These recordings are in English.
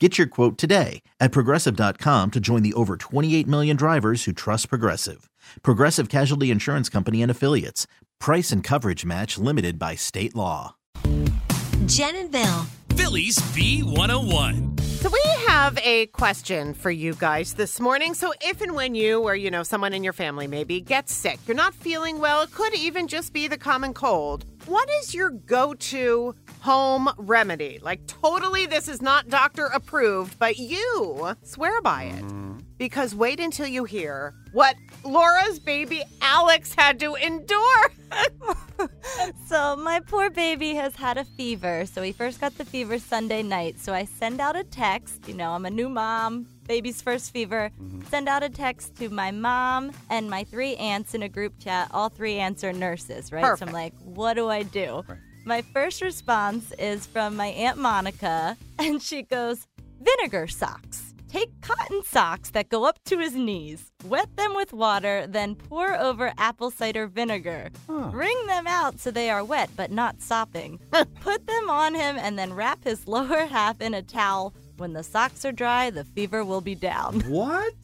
Get your quote today at progressive.com to join the over 28 million drivers who trust Progressive. Progressive Casualty Insurance Company and Affiliates. Price and coverage match limited by state law. Jen and Bill. Phillies B101. So we have a question for you guys this morning. So if and when you or you know someone in your family maybe gets sick, you're not feeling well, it could even just be the common cold. What is your go-to home remedy? Like totally this is not doctor approved, but you swear by it. Mm-hmm. Because wait until you hear what Laura's baby Alex had to endure. So my poor baby has had a fever. So he first got the fever Sunday night. So I send out a text. You know, I'm a new mom. Baby's first fever. Send out a text to my mom and my three aunts in a group chat. All three aunts are nurses, right? So Perfect. I'm like, what do I do? My first response is from my aunt Monica, and she goes, vinegar socks. Take cotton socks that go up to his knees, wet them with water, then pour over apple cider vinegar. Wring them out so they are wet but not sopping. Put them on him and then wrap his lower half in a towel. When the socks are dry, the fever will be down. What?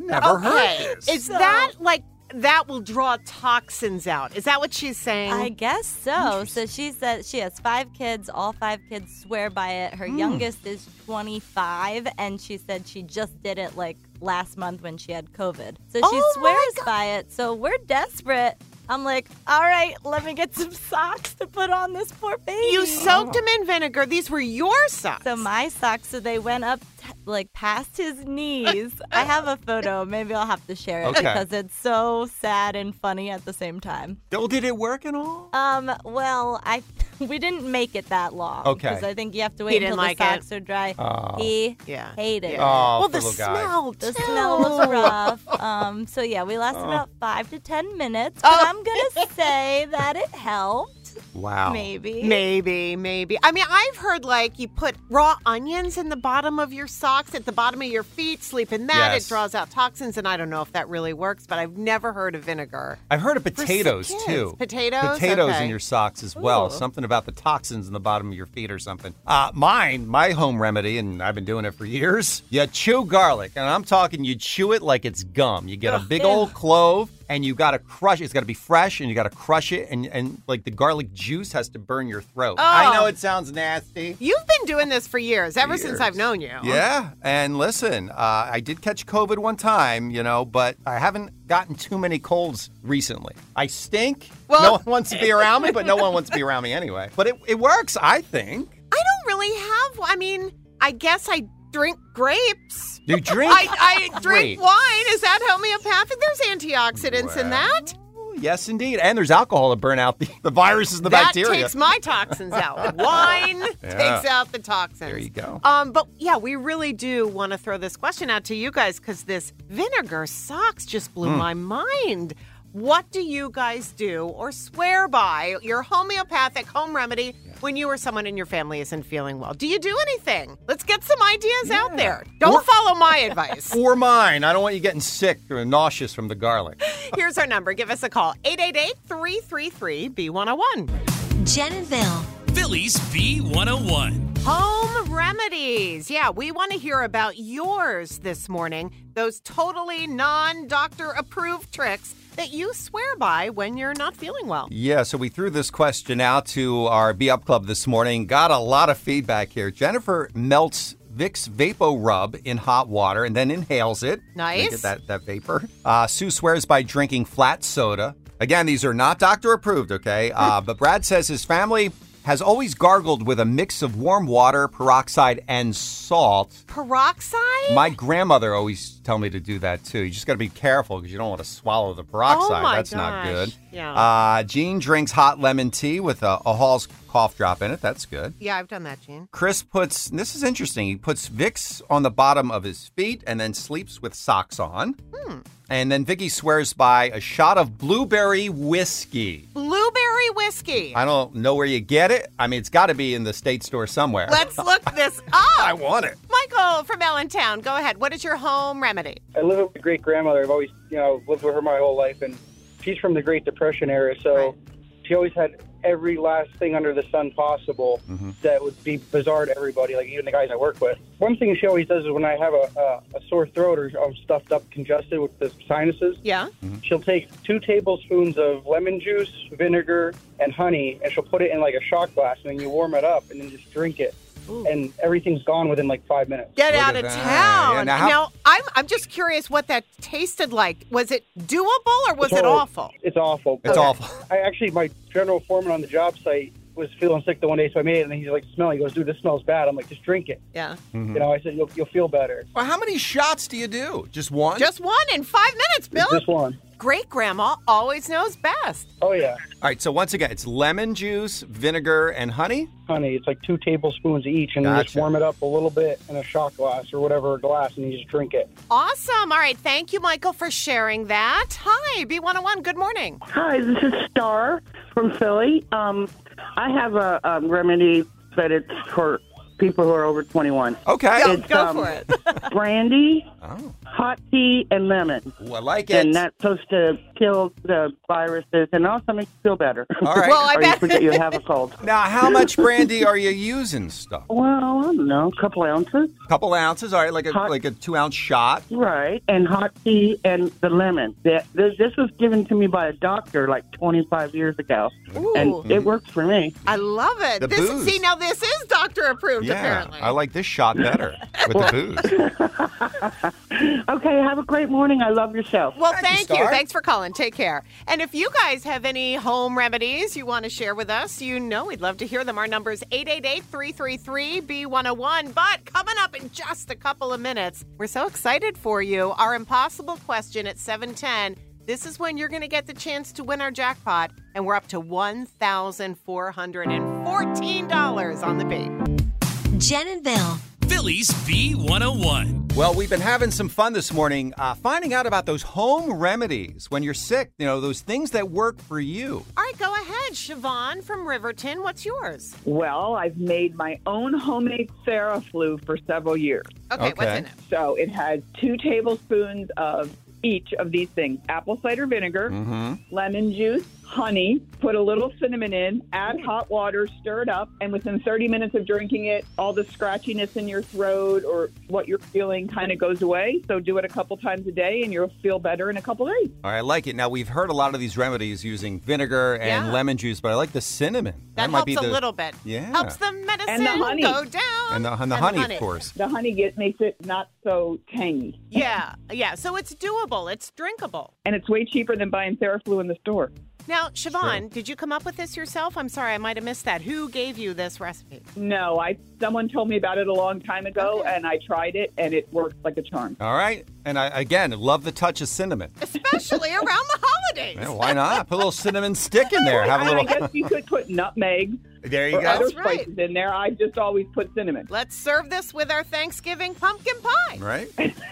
Never heard this. Is that like that will draw toxins out? Is that what she's saying? I guess so. So she says she has five kids. All five kids swear by it. Hmm. Her youngest is 25, and she said she just did it like last month when she had COVID. So she Oh my swears by it. So we're desperate. I'm like, all right, let me get some socks to put on this poor baby. You soaked him in vinegar. These were your socks. Oh. So my socks, so they went up t- like past his knees. I have a photo. Maybe I'll have to share it Okay. because it's so sad and funny at the same time. Oh, did it work at all? Um, well, I we didn't make it that long. Okay. Because I think you have to He wait didn't until like it. the socks are dry. Oh. He Yeah. Oh. hated Yeah. it. Oh, well, poor the little guy. smell. The too. smell was rough. Um, so yeah, we Oh. lasted about five to ten minutes. But Oh. I'm gonna say that it helped. Wow. Maybe. Maybe, maybe. I mean, I've heard like you put raw onions in the bottom of your socks, at the bottom of your feet, sleep in that. Yes. It draws out toxins, and I don't know if that really works, but I've never heard of vinegar. I've heard of sick potatoes kids. too. Potatoes? potatoes Okay. in your socks as well. Ooh. Something about the toxins in the bottom of your feet or something. Uh, mine, my home remedy, and I've been doing it for years. You chew garlic, and I'm talking, you chew it like it's gum. You get a big old clove, and you gotta crush. it. It's gotta be fresh, and you gotta crush it, and and like the garlic juice has to burn your throat. I Oh. know it sounds nasty. You've been doing this for years, ever since Years. I've known you. Yeah, and listen, uh, I did catch COVID one time, you know, but I haven't gotten too many colds recently. I stink. Well- no one wants to be around me, but no one wants to be around me anyway. But it, it works, I think. I don't really have. I mean, I guess I drink grapes. You drink? I, I drink Great. wine. Is that homeopathic? There's antioxidants in that. Yes, indeed. And there's alcohol to burn out the, the viruses, the that bacteria. takes my toxins out. Wine Yeah. takes out the toxins. There you go. Um, but yeah, we really do want to throw this question out to you guys because this vinegar socks just Hmm. blew my mind. What do you guys do or swear by your homeopathic home remedy when you or someone in your family isn't feeling well? Do you do anything? Let's get some ideas out there. Don't Or- follow my advice. or mine. I don't want you getting sick or nauseous from the garlic. Here's our number. Give us a call 888 333 B101. Jen and Bill. Phillies B101. Home remedies. Yeah, we want to hear about yours this morning. Those totally non doctor approved tricks that you swear by when you're not feeling well. Yeah, so we threw this question out to our Be Up Club this morning. Got a lot of feedback here. Jennifer melts Vicks Vapo Rub in hot water and then inhales it. Nice. Get that, that vapor. Uh, Sue swears by drinking flat soda. Again, these are not doctor approved, Hmm. okay? Uh, but Brad says his family has always gargled with a mix of warm water, peroxide, and salt. Peroxide? My grandmother always tell me to do that too. You just got to be careful because you don't want to swallow the peroxide. Oh my That's not gosh. good. Yeah. Uh, Jean drinks hot lemon tea with a, a Hall's cough drop in it. That's good. yeah, I've done that, Gene. Chris puts, and this is interesting, he puts Vicks on the bottom of his feet and then sleeps with socks on. Hmm. And then Vicky swears by a shot of blueberry whiskey. Blueberry whiskey. I don't know where you get it. I mean, it's got to be in the state store somewhere. Let's look this I up. want it. Michael from Allentown, go ahead. What is your home remedy? I live with my great grandmother. I've always, you know, lived with her my whole life, and she's from the Great Depression era, so Right. she always had every last thing under the sun possible that would be bizarre to everybody, like even the guys I work with. One thing she always does is when I have a, a, a sore throat or I'm stuffed up, congested with the sinuses, Yeah. she'll take two tablespoons of lemon juice, vinegar, and honey, and she'll put it in like a shot glass, and then you warm it up, and then just drink it, and everything's gone within like five minutes. Get Look out at of that. town. Yeah, now now, how- I'm, I'm just curious what that tasted like. Was it doable or was it Oh. horrible. awful? It's awful. It's Okay. awful. I actually, my general foreman on the job site was feeling sick the one day, so I made it, and he's like, smelling. He goes, dude, this smells bad. I'm like, just drink it. Yeah. Mm-hmm. You know, I said, you'll, you'll feel better. Well, how many shots do you do? Just one? Just one in five minutes, Bill. This one. Great grandma always knows best. Oh, yeah. All right, so once again, it's lemon juice, vinegar, and honey. Honey, it's like two tablespoons each, and you just Gotcha. warm it up a little bit in a shot glass or whatever glass, and you just drink it. Awesome. All right. Thank you, Michael, for sharing that. Hi, B101. Good morning. Hi, this is Star from Philly. Um, I have a, um remedy, but it's for people who are over 21. Okay. Go, It's, go um, for it. Brandy, Oh, hot tea, and lemon. Ooh, I like it. And that's supposed to kill the viruses and also make you feel better. All right. Well, I or you bet- forget you have a cold. now, how much brandy are you using? Stuff. Oh. Well, I don't know, a couple ounces. A couple ounces. All right, like a Hot- like a two ounce shot. Right. And hot tea and the lemon. That- This this was given to me by a doctor like 25 years ago. Ooh. And it works for me. I love it. The this booze. see now this is doctor approved yeah, apparently. I like this shot better with the booze. Okay, have a great morning. I love your show. well, Thank you, thank you. Star. Thanks for calling. Take care. And if you guys have any home remedies you want to share with us, you know we'd love to hear them. Our number is 888-333-B101. But coming up in just a couple of minutes, we're so excited for you. Our impossible question at 710. This is when you're going to get the chance to win our jackpot, and we're up to $1,414 on the beat. Jen and Bill. Phillies B101. well, we've been having some fun this morning, uh, finding out about those home remedies when you're sick. You know, those things that work for you. All right, go ahead, Siobhan from Riverton. What's yours? Well, I've made my own homemade Seraflu for several years. Okay, what's Okay. in it? So it has two tablespoons of each of these things apple cider vinegar, Mm-hmm. lemon juice, honey. Put a little cinnamon in, add hot water, stir it up, and within 30 minutes of drinking it, all the scratchiness in your throat or what you're feeling kind of goes away. So do it a couple times a day, and you'll feel better in a couple days. All right, I like it. Now we've heard a lot of these remedies using vinegar and Yeah. lemon juice, but I like the cinnamon. That, might helps be a the, little bit. Yeah. Helps the medicine honey. go down. and the, and the honey, of course. The honey get, makes it not so tangy, Yeah, yeah. So it's doable. It's drinkable. and it's way cheaper than buying Seraflu in the store. Now, Siobhan, did you come up with this yourself? I'm sorry, I might have missed that. Who gave you this recipe? No, I someone told me about it a long time ago, and I tried it, and it worked like a charm. All right. And I, again, love the touch of cinnamon. Especially around the holidays. Yeah, why not? Put a little cinnamon stick in there. Have a And I little. guess you could put nutmeg there you or go. other That's right. spices in there. I just always put cinnamon. Let's serve this with our Thanksgiving pumpkin pie. Right?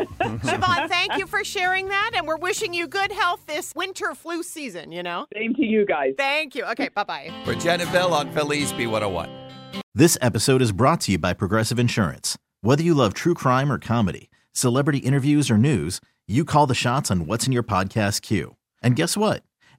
Siobhan, thank you for sharing that. And we're wishing you good health this winter flu season, you know? Same to you guys. Thank you. Okay, bye bye. For Jen and Bill on Feliz B101. This episode is brought to you by Progressive Insurance. Whether you love true crime or comedy, celebrity interviews or news, you call the shots on what's in your podcast queue. And guess what?